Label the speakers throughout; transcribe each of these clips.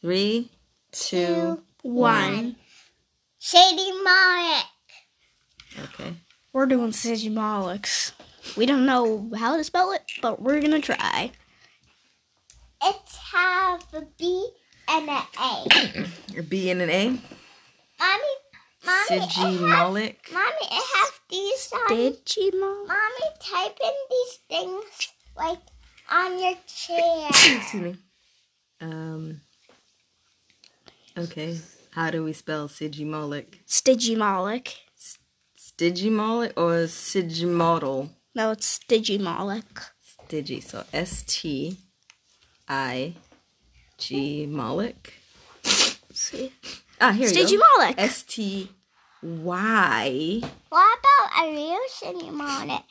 Speaker 1: Three, two,
Speaker 2: one.
Speaker 3: Shady Malik.
Speaker 1: okay.
Speaker 2: We're doing Sigimolix. We don't know how to spell it, but we're gonna try.
Speaker 3: It have a B and an A.
Speaker 1: A B and an A.
Speaker 3: mommy, mommy,
Speaker 1: Siji
Speaker 3: it have,
Speaker 1: Malik.
Speaker 3: mommy, it have these on.
Speaker 2: Digimon.
Speaker 3: Mommy, type in these things like on your chair.
Speaker 1: Excuse me. Um. Okay. How do we spell Sigimolic?
Speaker 2: Stigimolic.
Speaker 1: Stigimolic or Sigimodal?
Speaker 2: No, it's Digimolic.
Speaker 1: Stigi. So S T I G Molic. Ah, here you go.
Speaker 2: Stigimolic.
Speaker 1: S T Y
Speaker 3: what about a real shady Malik?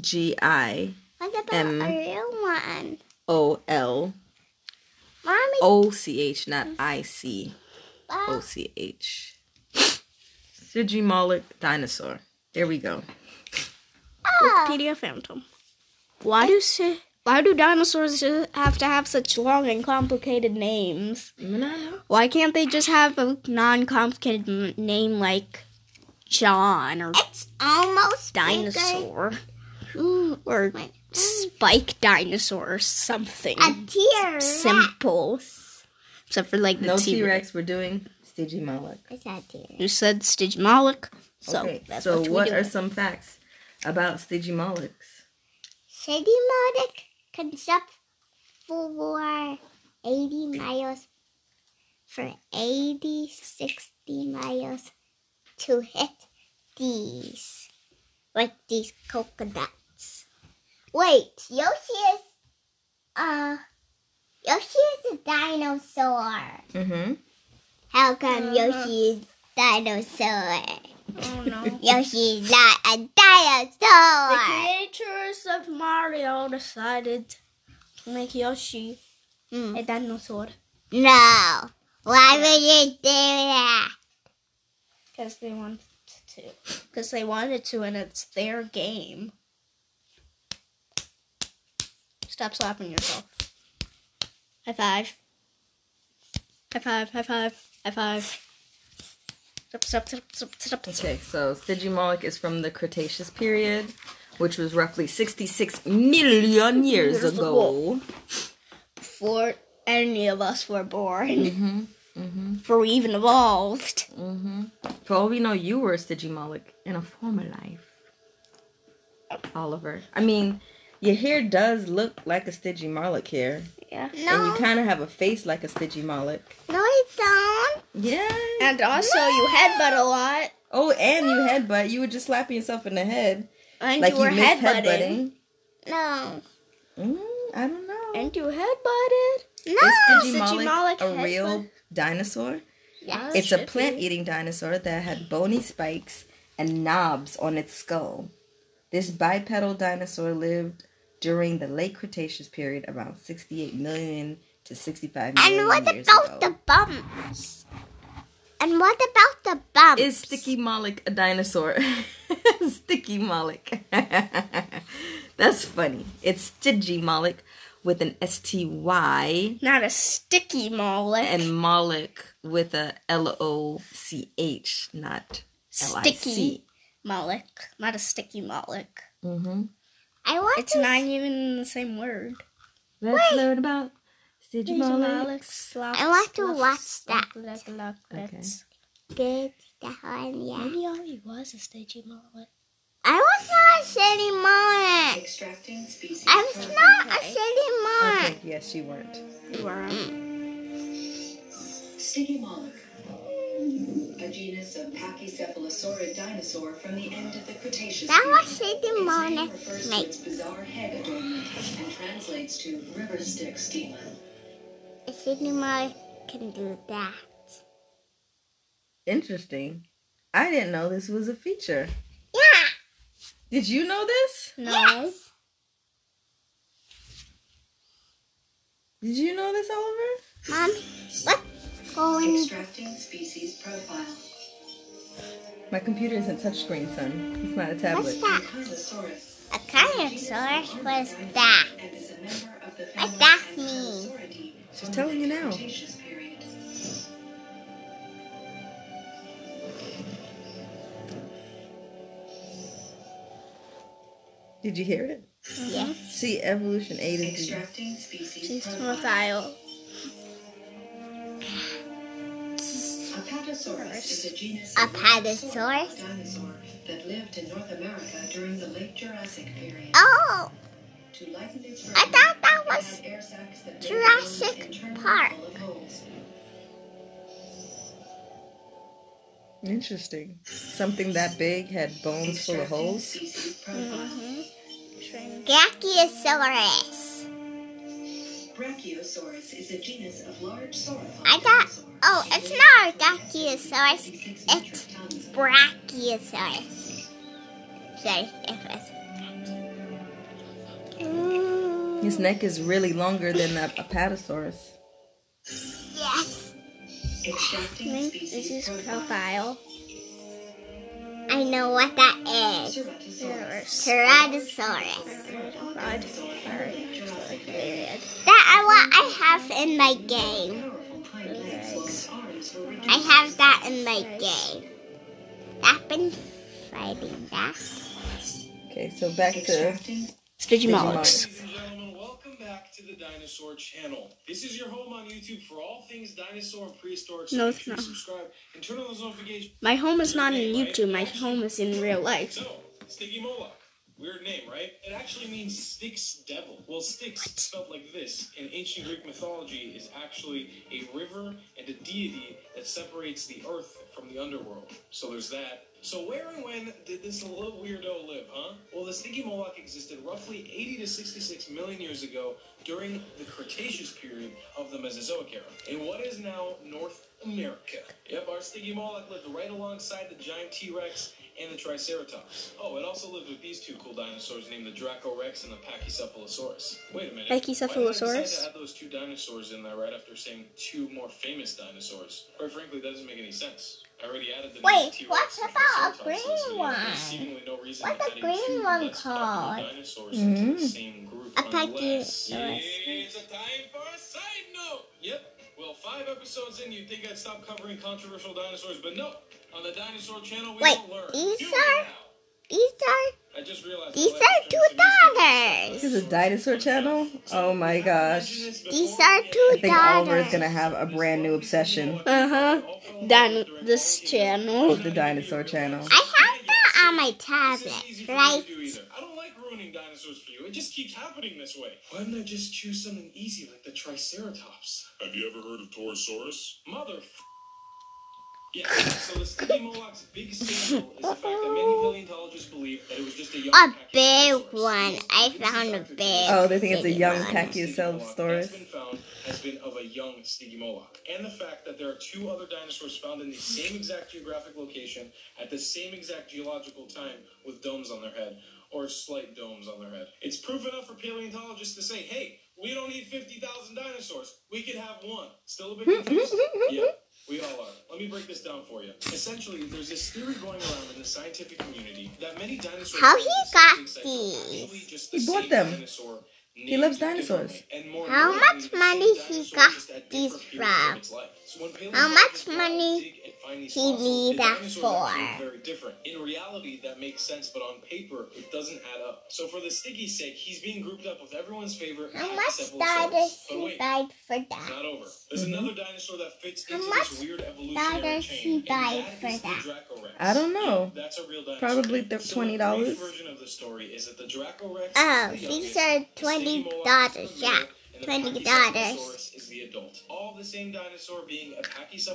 Speaker 1: G I
Speaker 3: What about
Speaker 2: Um,
Speaker 1: M.
Speaker 3: a real one?
Speaker 1: O L
Speaker 3: Mommy,
Speaker 2: oh,
Speaker 1: O C H, not I C O
Speaker 3: wow,
Speaker 1: C H. Sigimolic dinosaur. There we go.
Speaker 2: Wikipedia Phantom. Ah. Why do si- why do dinosaurs ju- have to have such long and complicated names? Why can't they just have a non-complicated m- name like John or
Speaker 3: it's almost bigger.
Speaker 2: dinosaur
Speaker 3: Mm,
Speaker 2: or
Speaker 3: my-
Speaker 2: spike dinosaur or something
Speaker 3: a tear.
Speaker 2: simple? Except for like the
Speaker 1: No
Speaker 2: T-
Speaker 1: T Rex. We're doing Stigimolic.
Speaker 3: It's a tear.
Speaker 2: You said Stigmolic, so
Speaker 1: okay.
Speaker 2: that's
Speaker 1: so
Speaker 2: what,
Speaker 1: what,
Speaker 2: we do.
Speaker 1: are some facts about Stigimolics?
Speaker 3: Shady Malik can step for 80 miles, for 80, 60 miles to hit these, like these coconuts. Wait, Yoshi is, uh, Yoshi is a dinosaur.
Speaker 1: Mm-hmm.
Speaker 3: How come Yoshi is dinosaur?
Speaker 2: Oh no.
Speaker 3: Yoshi is not a dinosaur.
Speaker 2: creators of Mario decided to make Yoshi
Speaker 1: Hmm.
Speaker 3: Mm.
Speaker 2: a dinosaur
Speaker 3: No. Why would you do that?
Speaker 2: because they wanted to. Because they wanted to, and it's their game. Stop slapping yourself. High five. High five. High five. High five. Stop, stop, stop, stop, stop, stop.
Speaker 1: Okay, so Stigimolic is from the Cretaceous period, which was roughly 66 million years
Speaker 2: Years
Speaker 1: ago.
Speaker 2: Before any of us were born,
Speaker 1: Mm-hmm. Mm-hmm.
Speaker 2: before we even evolved.
Speaker 1: Mm-hmm. For all we know, you were a Stigimolic in a former life, Oliver. I mean, your hair does look like a Stigimolic hair,
Speaker 2: Yeah.
Speaker 1: and you
Speaker 3: No,
Speaker 1: kind of have a face like a Stigimolic.
Speaker 3: no, you don't.
Speaker 1: Yeah.
Speaker 2: And also, you headbutt a lot.
Speaker 1: Oh, and you headbutt. You were just slapping yourself in the head,
Speaker 2: And
Speaker 1: like
Speaker 2: you
Speaker 1: you,
Speaker 2: were
Speaker 1: missed
Speaker 2: headbutting.
Speaker 1: headbutting.
Speaker 3: No,
Speaker 1: Mm, I don't know.
Speaker 2: And you headbutted.
Speaker 3: no.
Speaker 1: Is
Speaker 2: Digimolic
Speaker 1: Digimolic a
Speaker 2: head
Speaker 1: real
Speaker 2: bun?
Speaker 1: dinosaur?
Speaker 3: Yes.
Speaker 1: It's a
Speaker 2: Should
Speaker 1: plant eating dinosaur that had bony spikes and knobs on its skull. This bipedal dinosaur lived during the late Cretaceous period, about 68 million to 65 million
Speaker 3: And what
Speaker 1: years
Speaker 3: about
Speaker 1: ago.
Speaker 3: the bumps? And what about the bumps?
Speaker 1: Is Sticky Moloch a dinosaur? Sticky Moloch. That's funny. It's Stigy Moloch with an S T Y.
Speaker 2: Not a sticky mollet.
Speaker 1: and Moloch with a L O C H, not L I C.
Speaker 2: sticky mollet. Not a sticky mollet.
Speaker 1: Mm-hmm.
Speaker 3: I want
Speaker 2: It's
Speaker 3: to.
Speaker 2: not even the same word.
Speaker 1: Let's learn about Digimoloch.
Speaker 2: I
Speaker 3: I want to watch that.
Speaker 1: Okay.
Speaker 3: Good. That one, yeah.
Speaker 2: Maybe all he was is Digimollet.
Speaker 3: I was not a shitty moment.
Speaker 4: Extracting species.
Speaker 3: I was not a shitty moment.
Speaker 1: Okay, yes, you weren't.
Speaker 2: You are.
Speaker 4: Stigimoloch. A genus of pachycephalosaurid dinosaur from the end of the Cretaceous
Speaker 3: That
Speaker 4: period.
Speaker 3: was shitty
Speaker 4: Its name
Speaker 3: moment.
Speaker 4: refers to
Speaker 3: Mate,
Speaker 4: its bizarre head adornment and translates to river stick schema.
Speaker 3: a shitty moment can do that.
Speaker 1: Interesting. I didn't know this was a feature.
Speaker 3: Yeah.
Speaker 1: Did you know this?
Speaker 2: No.
Speaker 3: Yes.
Speaker 1: Did you know this, Oliver?
Speaker 3: Mom, what? Going.
Speaker 4: Extracting species profile.
Speaker 1: My computer isn't touchscreen, son. It's not a tablet.
Speaker 3: What's that?
Speaker 4: Kylosaurus.
Speaker 3: A dinosaur was that.
Speaker 4: And is a member of the
Speaker 3: What
Speaker 4: family
Speaker 3: that mean?
Speaker 4: Ankylosauridae.
Speaker 1: She's telling you now.
Speaker 4: Cretaceous period.
Speaker 1: Did you hear it?
Speaker 3: Yes.
Speaker 1: See, evolution A to Z.
Speaker 4: Extracting species
Speaker 2: She's
Speaker 4: from
Speaker 2: from a file.
Speaker 4: Apatosaurus is a genus of
Speaker 3: Apatosaurus?
Speaker 4: dinosaur that lived in North America during the late Jurassic period.
Speaker 3: Oh,
Speaker 4: To lighten its
Speaker 3: I
Speaker 4: burden,
Speaker 3: thought that
Speaker 4: it
Speaker 3: was
Speaker 4: had air sacs that made
Speaker 3: Jurassic
Speaker 4: holes and turned them
Speaker 3: Park.
Speaker 4: full of holes.
Speaker 1: Interesting. Something that big had bones full of
Speaker 4: Extracting
Speaker 1: holes.
Speaker 4: Species profile.
Speaker 3: Mm-hmm. Brachiosaurus.
Speaker 4: Brachiosaurus is a genus of large sauropods.
Speaker 3: I thought.
Speaker 4: dinosaurs.
Speaker 3: Oh, it's not a Brachiosaurus. It's Brachiosaurus. Sorry, it was.
Speaker 1: His neck is really longer than the Apatosaurus.
Speaker 3: Yes,
Speaker 4: Extracting
Speaker 2: Link,
Speaker 4: species
Speaker 2: This is
Speaker 4: profile.
Speaker 2: profile.
Speaker 3: I know what that is.
Speaker 4: Ceratosaurus.
Speaker 3: Tyrannosaurus.
Speaker 4: Sauropod dinosaur from the late Jurassic period.
Speaker 2: Period.
Speaker 3: That what I have in my game.
Speaker 4: Powerful hind legs while its arms were reduced.
Speaker 3: I have that in my game. I've been fighting that.
Speaker 1: Okay, so back to
Speaker 4: Extracting
Speaker 2: Digimologs.
Speaker 1: Digimon.
Speaker 5: Ladies and gentlemen, welcome back to the Dinosaur Channel. This is your home on YouTube for all things dinosaur and prehistoric.
Speaker 2: No,
Speaker 5: make
Speaker 2: it's
Speaker 5: sure you
Speaker 2: not.
Speaker 5: Subscribe and turn on those notifications.
Speaker 2: My home is not in YouTube. My home is in real life.
Speaker 5: So, Stiggy Moloch. Weird name, right? It actually means Styx devil. Well, Styx spelled like this in ancient Greek mythology is actually a river and a deity that separates the earth from the underworld. So there's that. So where and when did this little weirdo live, huh? Well, the Stinky Moloch existed roughly 80 to 66 million years ago during the Cretaceous period of the Mesozoic era in what is now North America. Yep, our Stinky Moloch lived right alongside the giant T-Rex and the Triceratops. Oh, it also lived with these two cool dinosaurs named the Draco Rex and the Pachycephalosaurus. Wait a minute. Why did I decide
Speaker 2: Pachycephalosaurus?
Speaker 5: to add those two dinosaurs in there right after saying two more famous dinosaurs? Quite frankly, that doesn't make any sense. I already added the
Speaker 3: Wait,
Speaker 5: T-Rex
Speaker 3: what
Speaker 5: and
Speaker 3: about a
Speaker 5: Triceratops,
Speaker 3: green
Speaker 5: so there's
Speaker 3: one?
Speaker 5: seemingly no reason
Speaker 3: What's
Speaker 5: to
Speaker 3: a
Speaker 5: add in
Speaker 3: green
Speaker 5: two
Speaker 3: one
Speaker 5: less popular
Speaker 3: called? Mm-hmm.
Speaker 5: Dinosaurs into the same group
Speaker 3: A
Speaker 5: unless-
Speaker 3: Pachycephalosaurus.
Speaker 5: It's a time for a side note! Yep. Well, five episodes in, you'd think I'd stop covering controversial dinosaurs, but no. On the Dinosaur Channel, we
Speaker 3: Wait,
Speaker 5: don't learn.
Speaker 3: these
Speaker 5: You
Speaker 3: are-
Speaker 5: now.
Speaker 3: These are
Speaker 5: I just realized
Speaker 3: these
Speaker 5: the
Speaker 3: are
Speaker 5: last
Speaker 3: two
Speaker 5: time somebody
Speaker 1: This
Speaker 5: said
Speaker 1: is a dinosaur channel? Oh my gosh.
Speaker 3: These are two
Speaker 1: I think Oliver is gonna have a brand new obsession
Speaker 2: Uh huh. Done this channel.
Speaker 1: with the dinosaur channel.
Speaker 3: I have that on my tablet, right?
Speaker 5: I don't like ruining dinosaurs for you. It just keeps happening this way. Why didn't I just choose something easy like the Triceratops?
Speaker 6: Have you ever heard of Torosaurus?
Speaker 5: Mother. F- yeah. So the Stinky Moloch's big scandal is the fact that many paleontologists believe that it was just a young.
Speaker 3: A big
Speaker 5: Pachycephalosaurus.
Speaker 3: one. I found a big.
Speaker 1: Oh, they think it's a
Speaker 3: big
Speaker 1: young
Speaker 3: one.
Speaker 1: pack-
Speaker 5: That's been
Speaker 1: Pachycephalosaurus.
Speaker 5: found has been of a young Stegimoloch, and the fact that there are two other dinosaurs found in the same exact geographic location at the same exact geological time with domes on their head or slight domes on their head. It's proof enough for paleontologists to say, "Hey, we don't need fifty thousand dinosaurs. We could have one." Still a bit confused. yeah. We all are. Let me break this down for you. Essentially, there's this theory going around in the scientific community that many dinosaurs.
Speaker 3: How he got these?
Speaker 1: He
Speaker 5: He
Speaker 1: bought them. He loves dinosaurs.
Speaker 3: How much money he got these from? How much money he need that for?
Speaker 5: Very different. In reality, that makes sense, but on paper, it doesn't add up. So for the sticky's sake, he's being grouped up with everyone's favorite.
Speaker 3: How much
Speaker 5: Pachycephalosaurus.
Speaker 3: dollars
Speaker 5: But
Speaker 3: he
Speaker 5: wait,
Speaker 3: died for
Speaker 5: it's
Speaker 3: that?
Speaker 5: not over. There's another dinosaur that fits
Speaker 3: How
Speaker 5: into
Speaker 3: much
Speaker 5: this weird evolutionary
Speaker 3: dollars he
Speaker 5: chain. and
Speaker 3: buy
Speaker 5: that
Speaker 3: for
Speaker 5: is the
Speaker 3: that?
Speaker 5: Draco Rex.
Speaker 1: I don't know.
Speaker 5: Yeah, that's a real dinosaur.
Speaker 1: Probably the
Speaker 5: So
Speaker 1: $20.
Speaker 5: The brief version of the story is that the Draco Rex.
Speaker 3: Oh,
Speaker 5: is the
Speaker 3: these
Speaker 5: youngest,
Speaker 3: are
Speaker 5: the same
Speaker 3: twenty
Speaker 5: Moloch
Speaker 3: dollars.
Speaker 5: is the
Speaker 3: Yeah,
Speaker 5: male, and the
Speaker 3: twenty dollars.
Speaker 5: Pachycephalosaurus Is the adult. All the same dinosaur being a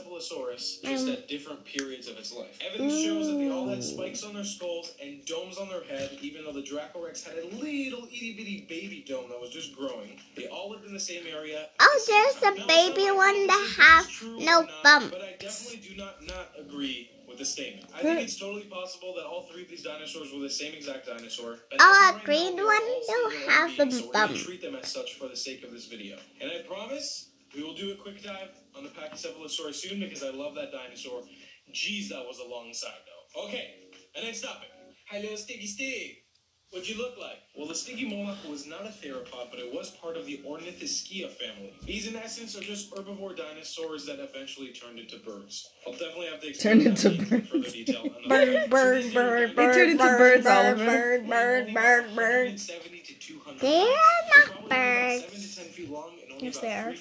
Speaker 5: Pachycephalosaurus,
Speaker 3: Um,
Speaker 5: just at different periods of its life. Evidence shows that they all had spikes on their skulls and domes on their head, even though the Draco Rex had a little itty bitty baby dome that was just growing. They all lived in the same area.
Speaker 3: Oh, there's a baby one that have no bump.
Speaker 5: But I definitely do not not agree with the statement. I think it's totally possible that all three of these dinosaurs were the same exact dinosaur. and
Speaker 3: Oh, a
Speaker 5: as of right
Speaker 3: green one
Speaker 5: now, they're all
Speaker 3: don't
Speaker 5: singular
Speaker 3: have
Speaker 5: beings,
Speaker 3: a
Speaker 5: so we're gonna
Speaker 3: bump.
Speaker 5: Treat them as such for the sake of this video. And I promise we will do a quick dive on the Pachycephalosaurus soon because I love that dinosaur. Jeez, that was a long side though. Okay, and then stop it. Hello, Stiggy Stig. What'd you look like? Well, the Stygiomoloch was not a theropod, but it was part of the Ornithischia family. These, in essence, are just herbivore dinosaurs that eventually turned into birds. I'll definitely have to explain
Speaker 1: Turned
Speaker 5: that
Speaker 1: into
Speaker 5: in further
Speaker 1: birds.
Speaker 5: detail.
Speaker 2: Bird, bird, bird,
Speaker 1: They
Speaker 2: bird.
Speaker 1: turn into birds,
Speaker 2: bird, bird,
Speaker 1: Oliver.
Speaker 2: Bird, bird, bird, bird.
Speaker 5: They're
Speaker 3: not birds.
Speaker 2: Yes, they are.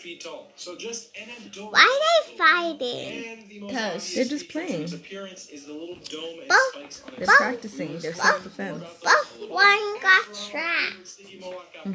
Speaker 5: So just an adorable
Speaker 3: Why are they
Speaker 5: little-
Speaker 3: fighting?
Speaker 5: And the most
Speaker 2: 'Cause
Speaker 5: obvious
Speaker 1: they're just
Speaker 5: feature of its
Speaker 1: playing.
Speaker 5: appearance is the little dome and
Speaker 3: Both-
Speaker 5: spikes on its
Speaker 1: They're
Speaker 5: back.
Speaker 1: practicing their self-defense.
Speaker 3: Both one got trapped.
Speaker 1: Mm-hmm.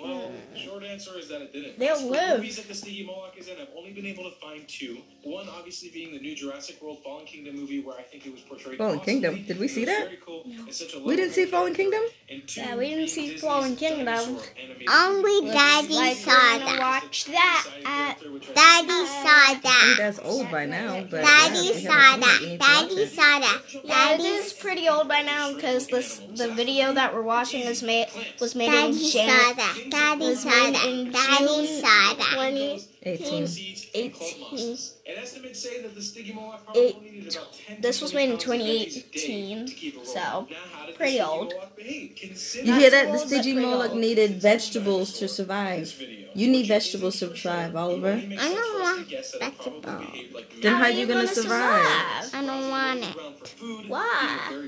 Speaker 5: Well, short answer is that it didn't.
Speaker 2: They'll
Speaker 5: As for
Speaker 2: live.
Speaker 5: Movies that the Stygimoloch is in, I've only been able to find two. One obviously being the new Jurassic World Fallen Kingdom movie, where I think it was portrayed.
Speaker 1: Fallen
Speaker 5: awesomely.
Speaker 1: Kingdom? Did we
Speaker 5: It
Speaker 1: see
Speaker 5: was
Speaker 1: that?
Speaker 5: very cool and such a
Speaker 1: We didn't see
Speaker 5: lovable
Speaker 1: Fallen
Speaker 5: character.
Speaker 1: Kingdom?
Speaker 5: And two
Speaker 2: Yeah, we didn't
Speaker 5: being
Speaker 2: see
Speaker 5: Disney's
Speaker 2: Fallen Kingdom.
Speaker 5: dinosaur animated
Speaker 3: Only
Speaker 5: movie.
Speaker 3: Daddy
Speaker 2: Like,
Speaker 3: saw
Speaker 2: we're gonna
Speaker 3: that.
Speaker 2: watch that at
Speaker 3: Daddy saw
Speaker 1: I think
Speaker 3: that.
Speaker 1: that's old by now, but
Speaker 3: Daddy
Speaker 1: yeah, we haven't
Speaker 3: saw
Speaker 1: seen it. We need
Speaker 3: that.
Speaker 1: to watch
Speaker 3: Daddy
Speaker 1: it.
Speaker 3: saw that.
Speaker 2: Yeah, it
Speaker 3: Daddy
Speaker 2: is pretty old by now because this the video that we're watching is made was made in
Speaker 3: Daddy saw
Speaker 2: Jan-
Speaker 3: that. Daddy
Speaker 2: was
Speaker 3: saw
Speaker 2: made
Speaker 3: that.
Speaker 2: in
Speaker 3: Daddy
Speaker 2: June
Speaker 3: saw that.
Speaker 2: 20
Speaker 1: 18.
Speaker 5: Eighteen. An estimate say that the Stygimoloch
Speaker 2: Eight-
Speaker 5: probably needed about 10
Speaker 2: this was made in
Speaker 5: 2018,
Speaker 2: 2018, so pretty old.
Speaker 1: You hear that? This Digimoloch needed vegetables to survive. You need vegetables to survive, Oliver.
Speaker 3: I don't want vegetables.
Speaker 1: Then how
Speaker 2: are
Speaker 1: you gonna survive?
Speaker 3: I don't want it.
Speaker 2: Why?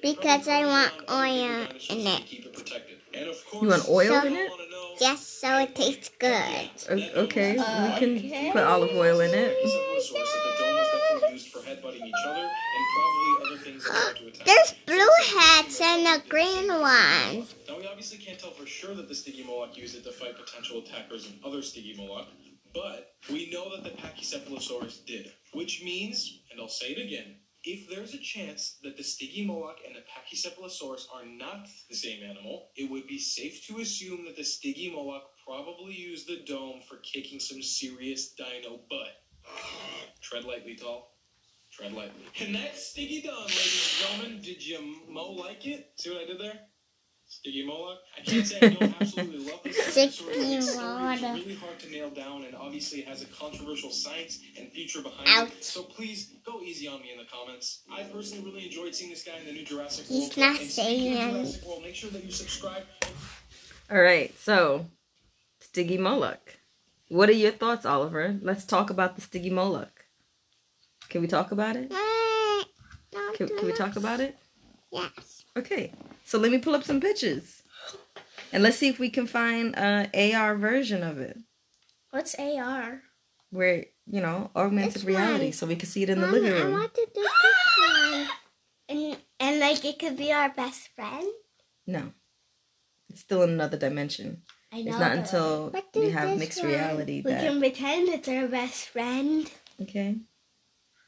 Speaker 3: Because I want oil in it.
Speaker 1: You want oil
Speaker 3: So-
Speaker 1: in it?
Speaker 3: Just so it tastes good.
Speaker 1: O- okay, we
Speaker 2: Uh,
Speaker 1: can put olive oil in it.
Speaker 3: There's blue hats and a green one.
Speaker 5: Now we obviously can't tell for sure that the Stygimoloch used it to fight potential attackers and other Stygimoloch, but we know that the Pachycephalosaurus did, which means, and I'll say it again, if there's a chance that the Stygimoloch and the Pachycephalosaurus are not the same animal, it would be safe to assume that the Stygimoloch probably used the dome for kicking some serious dino butt. Tread lightly, doll. Tread lightly. And that's Stiggy Dome, ladies and gentlemen. Did you mo like it? See what I did there? Stiggy Moloch? I can't say I don't absolutely love this dinosaur. It's
Speaker 3: Moloch.
Speaker 5: really hard to nail down and obviously has a controversial science and future behind
Speaker 3: Ouch.
Speaker 5: it. So please go easy on me in the comments. I personally really enjoyed seeing this guy in the new Jurassic
Speaker 3: He's
Speaker 5: World.
Speaker 3: not
Speaker 5: And speaking of
Speaker 3: saying
Speaker 5: Jurassic World, make sure that you subscribe
Speaker 1: All right, so Stygimoloch. What are your thoughts, Oliver? Let's talk about the Stygimoloch. Can we talk about it?
Speaker 3: Wait, don't
Speaker 1: Can,
Speaker 3: do
Speaker 1: can we
Speaker 3: that.
Speaker 1: talk about it?
Speaker 3: Yes.
Speaker 1: Okay, so let me pull up some pictures, and let's see if we can find an AR version of it,
Speaker 2: What's AR?
Speaker 1: where you know augmented
Speaker 3: This
Speaker 1: reality,
Speaker 3: one.
Speaker 1: so we can see it in the
Speaker 3: Mommy,
Speaker 1: living
Speaker 3: I
Speaker 1: room.
Speaker 3: want to do this one.
Speaker 2: And and like it could be our best friend.
Speaker 1: No, it's still in another dimension.
Speaker 2: I know.
Speaker 1: It's not
Speaker 2: but
Speaker 1: until
Speaker 3: What
Speaker 1: we
Speaker 3: is
Speaker 1: have
Speaker 3: this
Speaker 1: mixed
Speaker 3: one?
Speaker 1: reality
Speaker 2: we
Speaker 1: that
Speaker 2: can pretend it's our best friend.
Speaker 1: okay.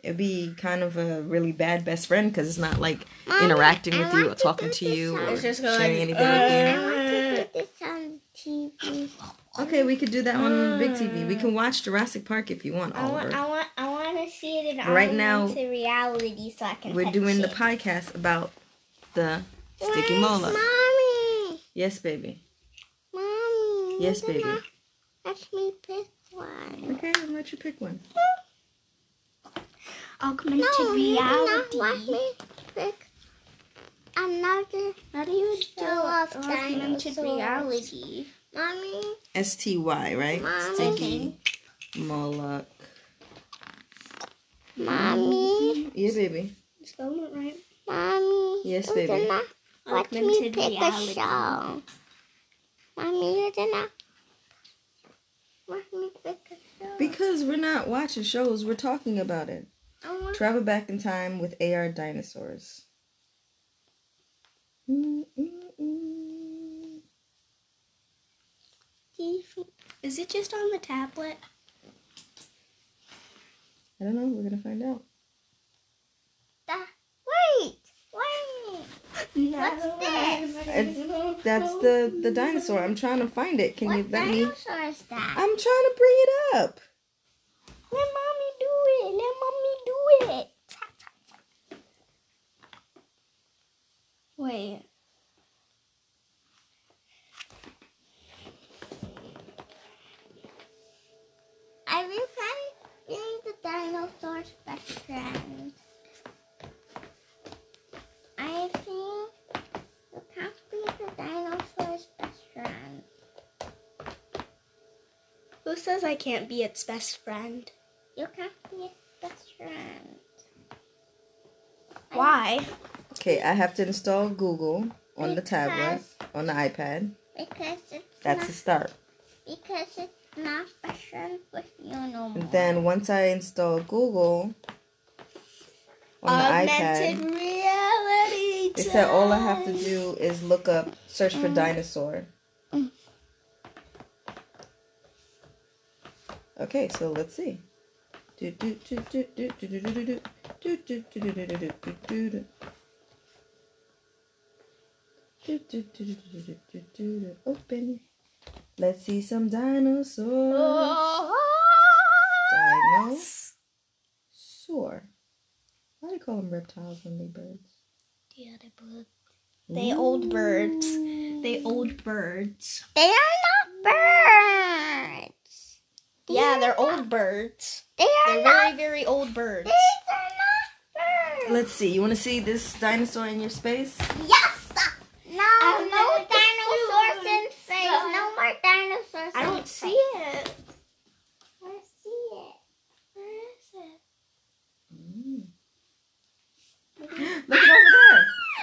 Speaker 1: It'd be kind of a really bad best friend because it's not like
Speaker 3: Mommy,
Speaker 1: interacting
Speaker 3: I
Speaker 1: with you or
Speaker 3: want to
Speaker 1: talking
Speaker 3: do
Speaker 1: to
Speaker 3: this
Speaker 1: you
Speaker 3: one.
Speaker 1: or
Speaker 3: It's
Speaker 2: just going,
Speaker 1: sharing anything
Speaker 3: I
Speaker 1: with
Speaker 3: want to do this on TV.
Speaker 1: you. Okay, we could do that on big TV. We
Speaker 3: uh,
Speaker 1: can watch Jurassic Park if you want,
Speaker 2: I want,
Speaker 1: Oliver.
Speaker 2: I want, I want to see it in
Speaker 1: Right now,
Speaker 2: augmented reality so I can.
Speaker 1: We're
Speaker 2: touch
Speaker 1: doing the
Speaker 2: it.
Speaker 1: podcast about the sticky
Speaker 3: Where's
Speaker 1: mola.
Speaker 3: Mommy?
Speaker 1: Yes, baby.
Speaker 3: Mommy.
Speaker 1: Yes,
Speaker 3: you
Speaker 1: baby.
Speaker 3: cannot Let me pick one.
Speaker 1: Okay, I'll let you pick one.
Speaker 2: augmented
Speaker 3: No, you cannot let
Speaker 2: reality.
Speaker 3: me pick another
Speaker 2: How do you do
Speaker 3: show of
Speaker 2: augmented
Speaker 3: dinosaurs.
Speaker 2: reality?
Speaker 3: Mommy,
Speaker 1: S T Y, right?
Speaker 3: Mommy.
Speaker 1: Sticky Moloch.
Speaker 3: mommy,
Speaker 1: Yeah, baby.
Speaker 2: Spell it right.
Speaker 3: mommy.
Speaker 1: Yes,
Speaker 3: you
Speaker 1: baby.
Speaker 3: did not let me
Speaker 2: Augmented
Speaker 3: pick
Speaker 2: reality.
Speaker 3: a show. Mommy, you did not let me pick a show.
Speaker 1: Because we're not watching shows, we're talking about it.
Speaker 3: I want
Speaker 1: Travel back in time with AR dinosaurs. Mm-mm-mm.
Speaker 3: TV.
Speaker 2: Is it just on the tablet?
Speaker 1: I don't know. We're gonna find out.
Speaker 3: Wait, wait.
Speaker 2: No.
Speaker 3: What's this?
Speaker 1: It's, that's the the dinosaur. I'm trying to find it. Can you
Speaker 3: What
Speaker 1: let me?
Speaker 3: dinosaur is that?
Speaker 1: I'm trying to bring it up.
Speaker 2: Let mommy do it. Let mommy do it. Wait.
Speaker 3: I regret being the dinosaur's best friend. I think
Speaker 2: Who says I can't be its best friend?
Speaker 3: You can't be its best friend.
Speaker 2: Why?
Speaker 1: Okay, I have to install Google on the tablet, on the iPad.
Speaker 3: Because it's
Speaker 1: That's a
Speaker 3: not,
Speaker 1: start.
Speaker 3: because it's not best friend with you no more.
Speaker 1: And then once I install Google on the
Speaker 2: Augmented
Speaker 1: iPad,
Speaker 2: reality.
Speaker 1: it said all I have to
Speaker 2: time.
Speaker 1: do is look up, search for dinosaur. Okay, so let's see. Do, do, do, do, do, do, do, do, do, do. Do, do, do, do, do, do, do, do, do, do. Do, do, do, do, do, do, do, do, do. Open. Let's see some dinosaurs. Dino. Sore. Why do they call them reptiles when they birds?
Speaker 2: They old birds. They old birds.
Speaker 3: They are not birds.
Speaker 2: Yeah, they're old birds.
Speaker 3: They are
Speaker 2: They're
Speaker 3: not.
Speaker 2: very, very old birds.
Speaker 3: These are not birds.
Speaker 1: Let's see. You want to see this dinosaur in your space?
Speaker 3: Yes. No,
Speaker 2: I'm
Speaker 3: no
Speaker 2: gonna
Speaker 3: dinosaurs
Speaker 2: do
Speaker 3: in space. No more dinosaurs.
Speaker 2: I
Speaker 3: in
Speaker 2: don't
Speaker 3: space.
Speaker 2: see it.
Speaker 3: Where see it? Where is it?
Speaker 1: Look it over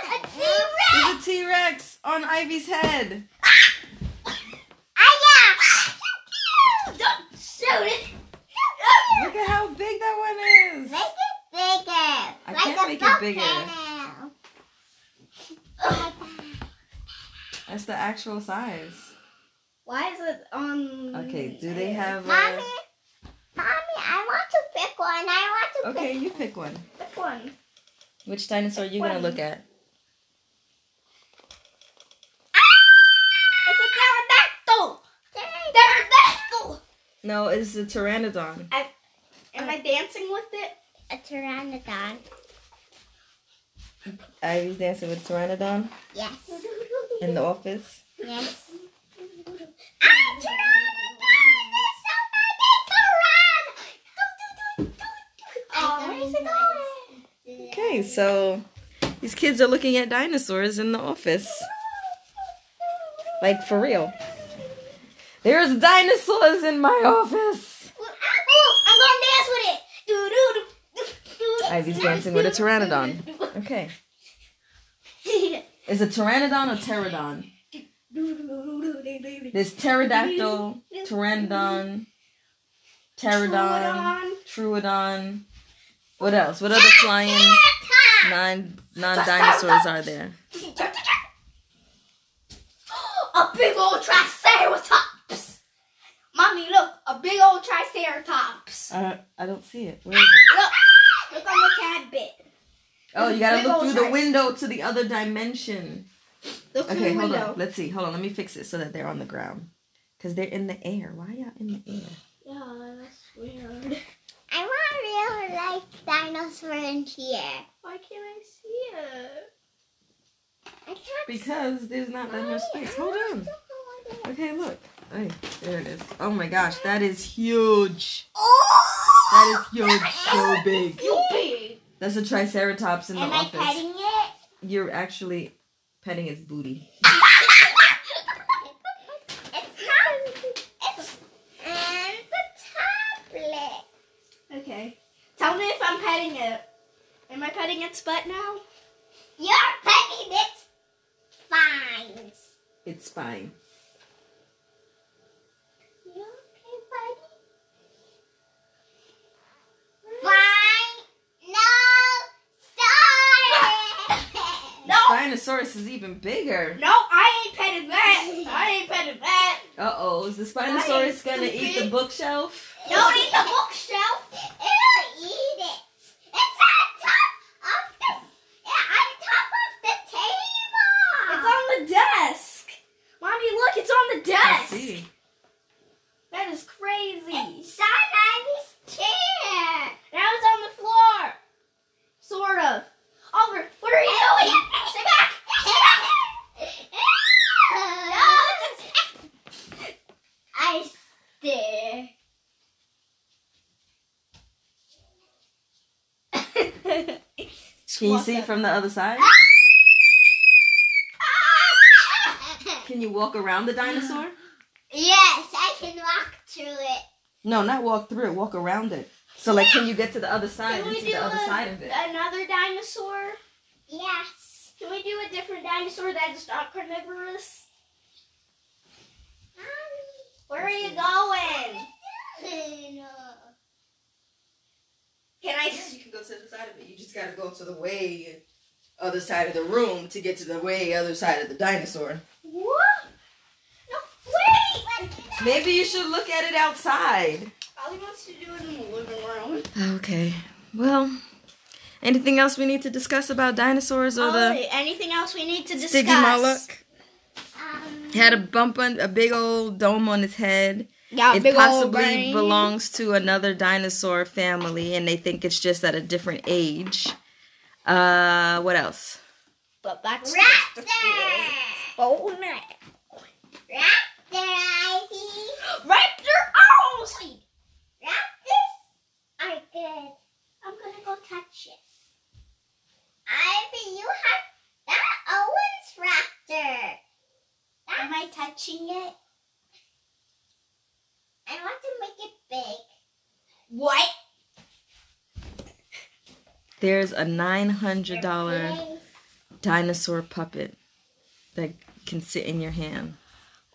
Speaker 1: there.
Speaker 3: A T-Rex.
Speaker 1: There's a T Rex on Ivy's head.
Speaker 3: Ah, yeah. Don't shoot it.
Speaker 1: Look at how big that one is.
Speaker 3: Make it bigger.
Speaker 1: I
Speaker 3: like
Speaker 1: can't
Speaker 3: a
Speaker 1: make it
Speaker 3: volcano.
Speaker 1: bigger. That's the actual size.
Speaker 2: Why is it on?
Speaker 1: Okay, do they have a.
Speaker 3: Mommy, mommy, I want to pick one. I want to
Speaker 1: Okay, you pick one.
Speaker 2: Pick one.
Speaker 1: Which dinosaur are you going to look at?
Speaker 3: Ah!
Speaker 2: It's a pterodactyl.
Speaker 3: pick.
Speaker 2: Pterodactyl.
Speaker 1: No, it's a pteranodon.
Speaker 2: Am I dancing with it?
Speaker 3: Oh. A pteranodon.
Speaker 1: Ivy's dancing with pteranodon
Speaker 3: Yes.
Speaker 1: in the office.
Speaker 3: Yes. Ah, pteranodon! There's so many to run! Do, do, do, do, do. Oh, where's it going?
Speaker 1: Okay, so these kids are looking at dinosaurs in the office. Like for real. There's dinosaurs in my office.
Speaker 3: Well, ah, ooh, I'm gonna dance with it. Do, do, do, do, do.
Speaker 1: Ivy's dancing with a pteranodon. Okay. Is a pteranodon or pterodon? There's pterodactyl, pteranodon, pterodon, truodon. What else? What other flying non non dinosaurs are there?
Speaker 2: A big old triceratops. Mommy, look, a big old triceratops.
Speaker 1: I don't, Uh, I don't see it. Where is it?
Speaker 2: Look on the tab bit.
Speaker 1: Oh, you gotta
Speaker 2: Big
Speaker 1: look
Speaker 2: old
Speaker 1: through the
Speaker 2: knife.
Speaker 1: window to the other dimension.
Speaker 2: Look
Speaker 1: Okay,
Speaker 2: through the
Speaker 1: hold
Speaker 2: window.
Speaker 1: on. Let's see. Hold on. Let me fix it so that they're on the ground. Because they're in the air. Why y'all in the air?
Speaker 2: Yeah, that's weird.
Speaker 3: I want real life dinosaur in here.
Speaker 2: Why can't I see it?
Speaker 3: I can't.
Speaker 1: Because there's not that much space. Hold on.
Speaker 3: see it.
Speaker 1: Okay, look. Hey, there it is. Oh my gosh, that is huge.
Speaker 3: Oh!
Speaker 1: That is huge. So big.
Speaker 2: You big.
Speaker 1: That's a triceratops in the
Speaker 3: Am I
Speaker 1: office.
Speaker 3: petting it?
Speaker 1: You're actually petting its booty.
Speaker 3: It's not. It's and the tablet.
Speaker 2: Okay. Tell me if I'm petting it. Am I petting its butt now?
Speaker 3: You're petting it. Fine.
Speaker 1: It's fine.
Speaker 3: You okay, buddy? Fine. No. Sorry.
Speaker 1: No. Spinosaurus is even bigger.
Speaker 2: No, I ain't petting that. I ain't petting that.
Speaker 1: Uh oh, is the Spinosaurus gonna eat the bookshelf?
Speaker 3: No, eat the bookshelf. It'll eat it. It's on top of the. yeah, on top of the table.
Speaker 2: It's on the desk. Mommy, look, it's on the
Speaker 1: I
Speaker 2: desk.
Speaker 1: see.
Speaker 2: That is crazy.
Speaker 3: It's on Ivy's chair.
Speaker 2: Now it's on the floor. Sort of. Oliver, what are you doing? Sit back.
Speaker 3: I stare.
Speaker 1: Can you see from the other side?
Speaker 2: Ah!
Speaker 1: Can you walk around the dinosaur?
Speaker 3: yes, I can walk through it.
Speaker 1: No, not walk through it. Walk around it. So like, can you get to the other side
Speaker 2: Can
Speaker 1: and
Speaker 2: we
Speaker 1: see
Speaker 2: do
Speaker 1: the other
Speaker 2: a-
Speaker 1: side of it?
Speaker 2: Another dinosaur?
Speaker 3: Yes.
Speaker 2: Can we do a different dinosaur that's not carnivorous? Um, Where are you going? Can I
Speaker 1: you can go to the side of it. You just gotta go to the way other side of the room to get to the way other side of the dinosaur.
Speaker 2: What?
Speaker 3: Wait!
Speaker 1: Maybe you should look at it outside.
Speaker 2: Ollie wants to do it in the living room.
Speaker 1: Okay. Well, anything else we need to discuss about dinosaurs or the
Speaker 2: Ollie, anything else we need to discuss?
Speaker 1: Stigmoloch?
Speaker 3: Um,
Speaker 1: Had a bump on a big old dome on his head.
Speaker 2: Yeah,
Speaker 1: it
Speaker 2: big old
Speaker 1: possibly
Speaker 2: brain.
Speaker 1: belongs to another dinosaur family, and they think it's just at a different age. Uh, what else?
Speaker 2: But that's
Speaker 3: raptor!
Speaker 2: oh no!
Speaker 3: Raptor, I see.
Speaker 2: Raptor Ollie.
Speaker 3: Raptors are good. I'm gonna go touch it. Ivy, you have that Owen's raptor. Am I touching it? I want to make it big. What?
Speaker 1: There's a nine hundred dollar dinosaur puppet that can sit in your hand.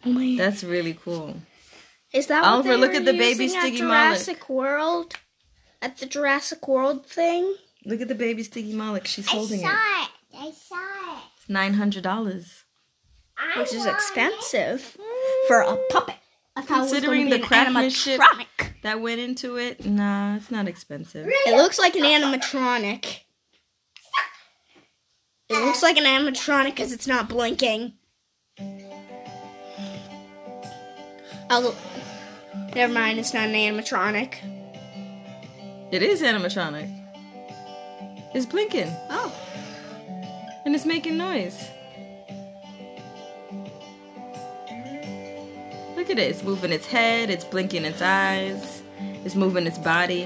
Speaker 2: Oh my!
Speaker 1: That's really cool.
Speaker 2: Is that what
Speaker 1: Oliver,
Speaker 2: they
Speaker 1: look
Speaker 2: were
Speaker 1: at the baby
Speaker 2: using at
Speaker 1: Stigmoloch.
Speaker 2: Jurassic World? At the Jurassic World thing?
Speaker 1: Look at the baby Stiggy Malik. She's
Speaker 3: I
Speaker 1: holding
Speaker 3: saw
Speaker 1: it.
Speaker 3: it. I saw it.
Speaker 1: It's nine hundred dollars.
Speaker 3: I
Speaker 2: Which is
Speaker 3: want
Speaker 2: expensive for a puppet. I thought it was
Speaker 1: Considering
Speaker 2: gonna be
Speaker 1: the
Speaker 2: an
Speaker 1: craftsmanship-
Speaker 2: animatronic.
Speaker 1: That went into it. Nah, it's not expensive.
Speaker 2: It looks like an animatronic. It looks like an animatronic because it's not blinking. Oh, look. never mind. It's not an animatronic.
Speaker 1: It is animatronic. It's blinking
Speaker 2: Oh,
Speaker 1: and it's making noise. Look at it. It's moving its head. It's blinking its eyes. It's moving its body.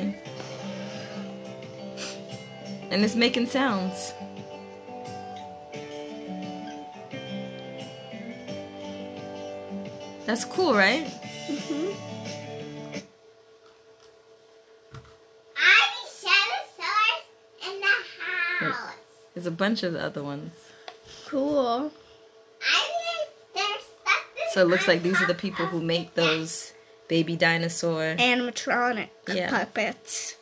Speaker 1: And it's making sounds. That's cool, right?
Speaker 3: Ivy Shadowsaurus in the house.
Speaker 1: There's a bunch of the other ones.
Speaker 2: cool.
Speaker 3: Ivy, there's something
Speaker 1: So it looks
Speaker 3: on
Speaker 1: like these are the
Speaker 3: top
Speaker 1: people
Speaker 3: of
Speaker 1: who
Speaker 3: the
Speaker 1: make those baby dinosaur.
Speaker 2: Animatronic
Speaker 1: Yeah.
Speaker 2: puppets.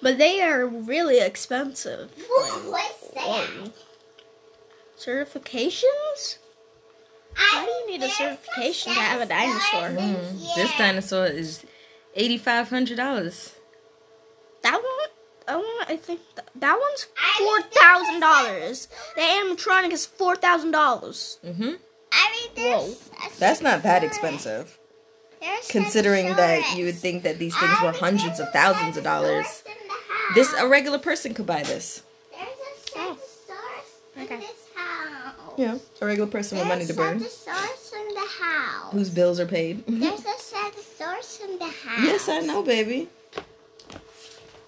Speaker 2: But they are really expensive.
Speaker 3: Who was that?
Speaker 2: Certifications? Why do you need a certification to have a dinosaur?
Speaker 1: Mm, This
Speaker 3: Mm.
Speaker 1: dinosaur is eighty-five hundred dollars.
Speaker 2: That one, that one, I think th- that one's four thousand dollars. The animatronic is four thousand dollars.
Speaker 1: Mm-hmm.
Speaker 3: I mean, there's
Speaker 2: Whoa.
Speaker 3: a
Speaker 1: That's not that
Speaker 3: certification.
Speaker 1: expensive,
Speaker 3: There's
Speaker 1: considering that
Speaker 3: certification.
Speaker 1: you would think that these things were
Speaker 3: Ivy,
Speaker 1: hundreds of
Speaker 3: there's a
Speaker 1: thousands of dollars.
Speaker 3: certification in the house.
Speaker 1: This a regular person could buy this.
Speaker 3: There's a certification
Speaker 2: Okay.
Speaker 3: in this house.
Speaker 1: Yeah, a regular person with money to
Speaker 3: There's
Speaker 1: burn,
Speaker 3: a certification in the house.
Speaker 1: whose bills are paid.
Speaker 3: There's a certification in the house.
Speaker 1: yes, I know, baby.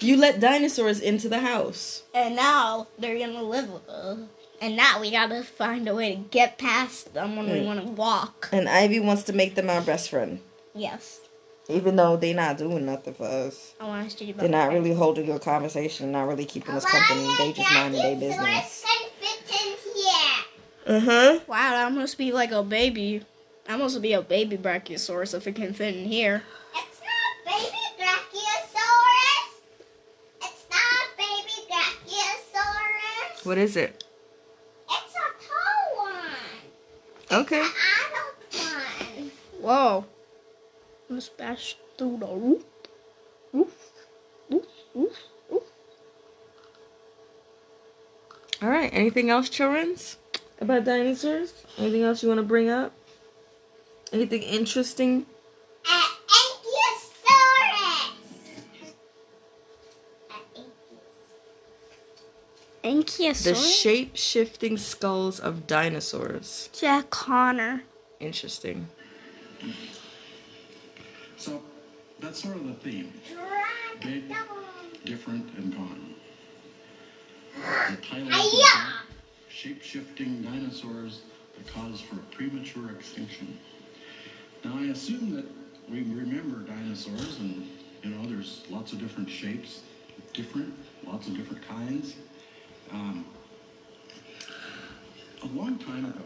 Speaker 1: You let dinosaurs into the house.
Speaker 2: And now they're gonna live with us. And now we gotta find a way to get past them when we
Speaker 1: Mm.
Speaker 2: wanna walk.
Speaker 1: And Ivy wants to make them our best friend,
Speaker 2: Yes,
Speaker 1: even though they not doing nothing for us.
Speaker 2: I want to do
Speaker 1: They're
Speaker 2: that.
Speaker 1: not really holding your conversation, not really keeping us
Speaker 3: Why
Speaker 1: company. They
Speaker 3: the
Speaker 1: just minding their
Speaker 3: dinosaurs
Speaker 1: business.
Speaker 3: can fit in here.
Speaker 1: Uh huh.
Speaker 2: Wow, that must be like a baby. That must be a baby brachiosaurus if it can fit in here.
Speaker 3: It's not baby Brachiosaurus. It's not baby Brachiosaurus.
Speaker 1: What is it?
Speaker 3: It's a tall one.
Speaker 1: Okay.
Speaker 3: An adult one.
Speaker 2: Whoa. Let's bash through the roof. Roof. Roof. Roof. Roof.
Speaker 1: All right. Anything else, childrens, about dinosaurs? Anything else you want to bring up? Anything interesting?
Speaker 3: An Ankylosaurus. An Ankylosaurus.
Speaker 2: Ankylosaurus.
Speaker 1: The shape shifting skulls of dinosaurs.
Speaker 2: Jack Connor.
Speaker 1: Interesting.
Speaker 7: So that's sort of the theme. Big,
Speaker 3: Dragon.
Speaker 7: different, and gone. The title of the
Speaker 3: Hiya.
Speaker 7: book, Shape-shifting dinosaurs: the cause for premature extinction. Now I assume that we remember dinosaurs, and you know, there's lots of different shapes, different, lots of different kinds. Um, a long time ago,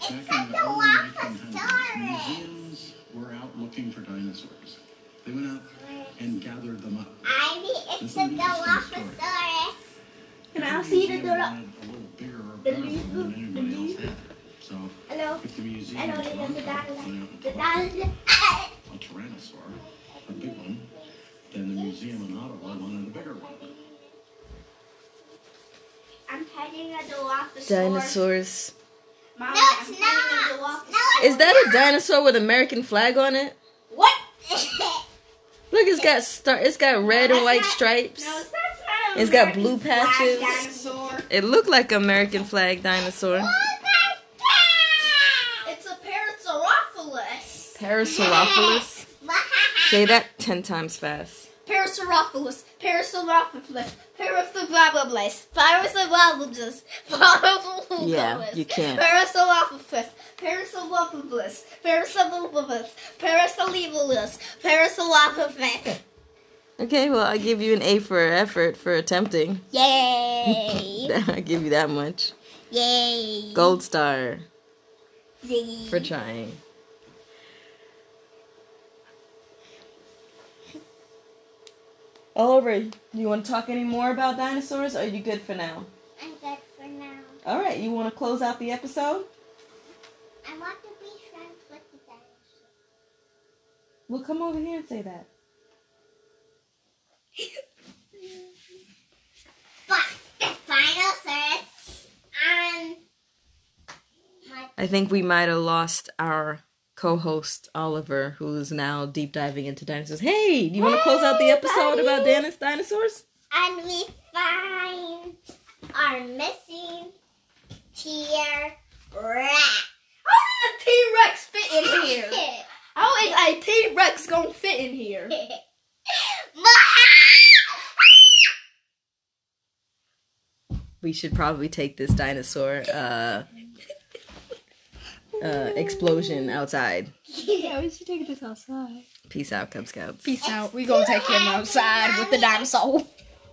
Speaker 3: It's
Speaker 7: back
Speaker 3: such
Speaker 7: in
Speaker 3: a
Speaker 7: the early
Speaker 3: waffle
Speaker 7: 1900s,
Speaker 3: story.
Speaker 7: museums were out looking for dinosaurs. They went out and gathered them up.
Speaker 3: Ivy, it's
Speaker 7: This
Speaker 3: the
Speaker 7: is an interesting
Speaker 3: Dilophosaurus.
Speaker 7: Can
Speaker 3: I see the
Speaker 7: museum
Speaker 3: dino-
Speaker 7: wanted a little bigger or better one than anybody else had. So
Speaker 3: Hello.
Speaker 7: if the museum
Speaker 3: I know
Speaker 7: in
Speaker 3: they know
Speaker 7: Toronto
Speaker 3: the dinosaur.
Speaker 7: went out and
Speaker 3: The
Speaker 7: collected
Speaker 3: dinosaur.
Speaker 7: a tyrannosaur, a big one, then the museum in Ottawa wanted a bigger one.
Speaker 3: I'm petting a Dilophosaurus.
Speaker 1: Dinosaurs.
Speaker 3: No, it's not. No,
Speaker 1: Is that a dinosaur with American flag on it?
Speaker 3: what? no,
Speaker 1: Look, it's got star. It's got red and white stripes.
Speaker 3: it's not. not
Speaker 1: It's got
Speaker 3: American
Speaker 1: blue
Speaker 3: flag
Speaker 1: patches.
Speaker 3: Dinosaur.
Speaker 1: It looked like an American flag dinosaur.
Speaker 3: Oh my god! It's a Parasaurolophus.
Speaker 1: Parasaurolophus. Say that ten times fast.
Speaker 2: Parasaurolophus, Parasaurolophus, Parasaurolophus, Parasaurolophus, Parasaurolophus.
Speaker 1: Yeah, you can't.
Speaker 2: Parasaurolophus, Parasaurolophus, Parasaurolophus, Parasaurolophus, Parasaurolophus.
Speaker 1: Okay, well I give you an A for effort for attempting.
Speaker 2: Yay!
Speaker 1: I give you that much.
Speaker 2: Yay!
Speaker 1: Gold star
Speaker 2: Yay.
Speaker 1: for trying. Oliver, do you want to talk any more about dinosaurs? Or are you good for now?
Speaker 3: I'm good for now.
Speaker 1: All right, you want to close out the episode?
Speaker 3: I want to be friends with the dinosaur.
Speaker 1: Well, come over here and say that.
Speaker 3: But the dinosaurs on my
Speaker 1: I think we might have lost our co-host Oliver, who is now deep diving into dinosaurs. Hey, do you want to close out the episode about dinos- dinosaurs?
Speaker 3: and we find our missing tier rat.
Speaker 2: How did a T Rex fit in here? Oh, How is a T Rex gonna fit in here?
Speaker 1: We should probably take this dinosaur uh, uh, explosion outside.
Speaker 2: Yeah, we should take this outside.
Speaker 1: Peace out, Cub Scouts.
Speaker 2: Peace out. We gonna take him outside with the dinosaur.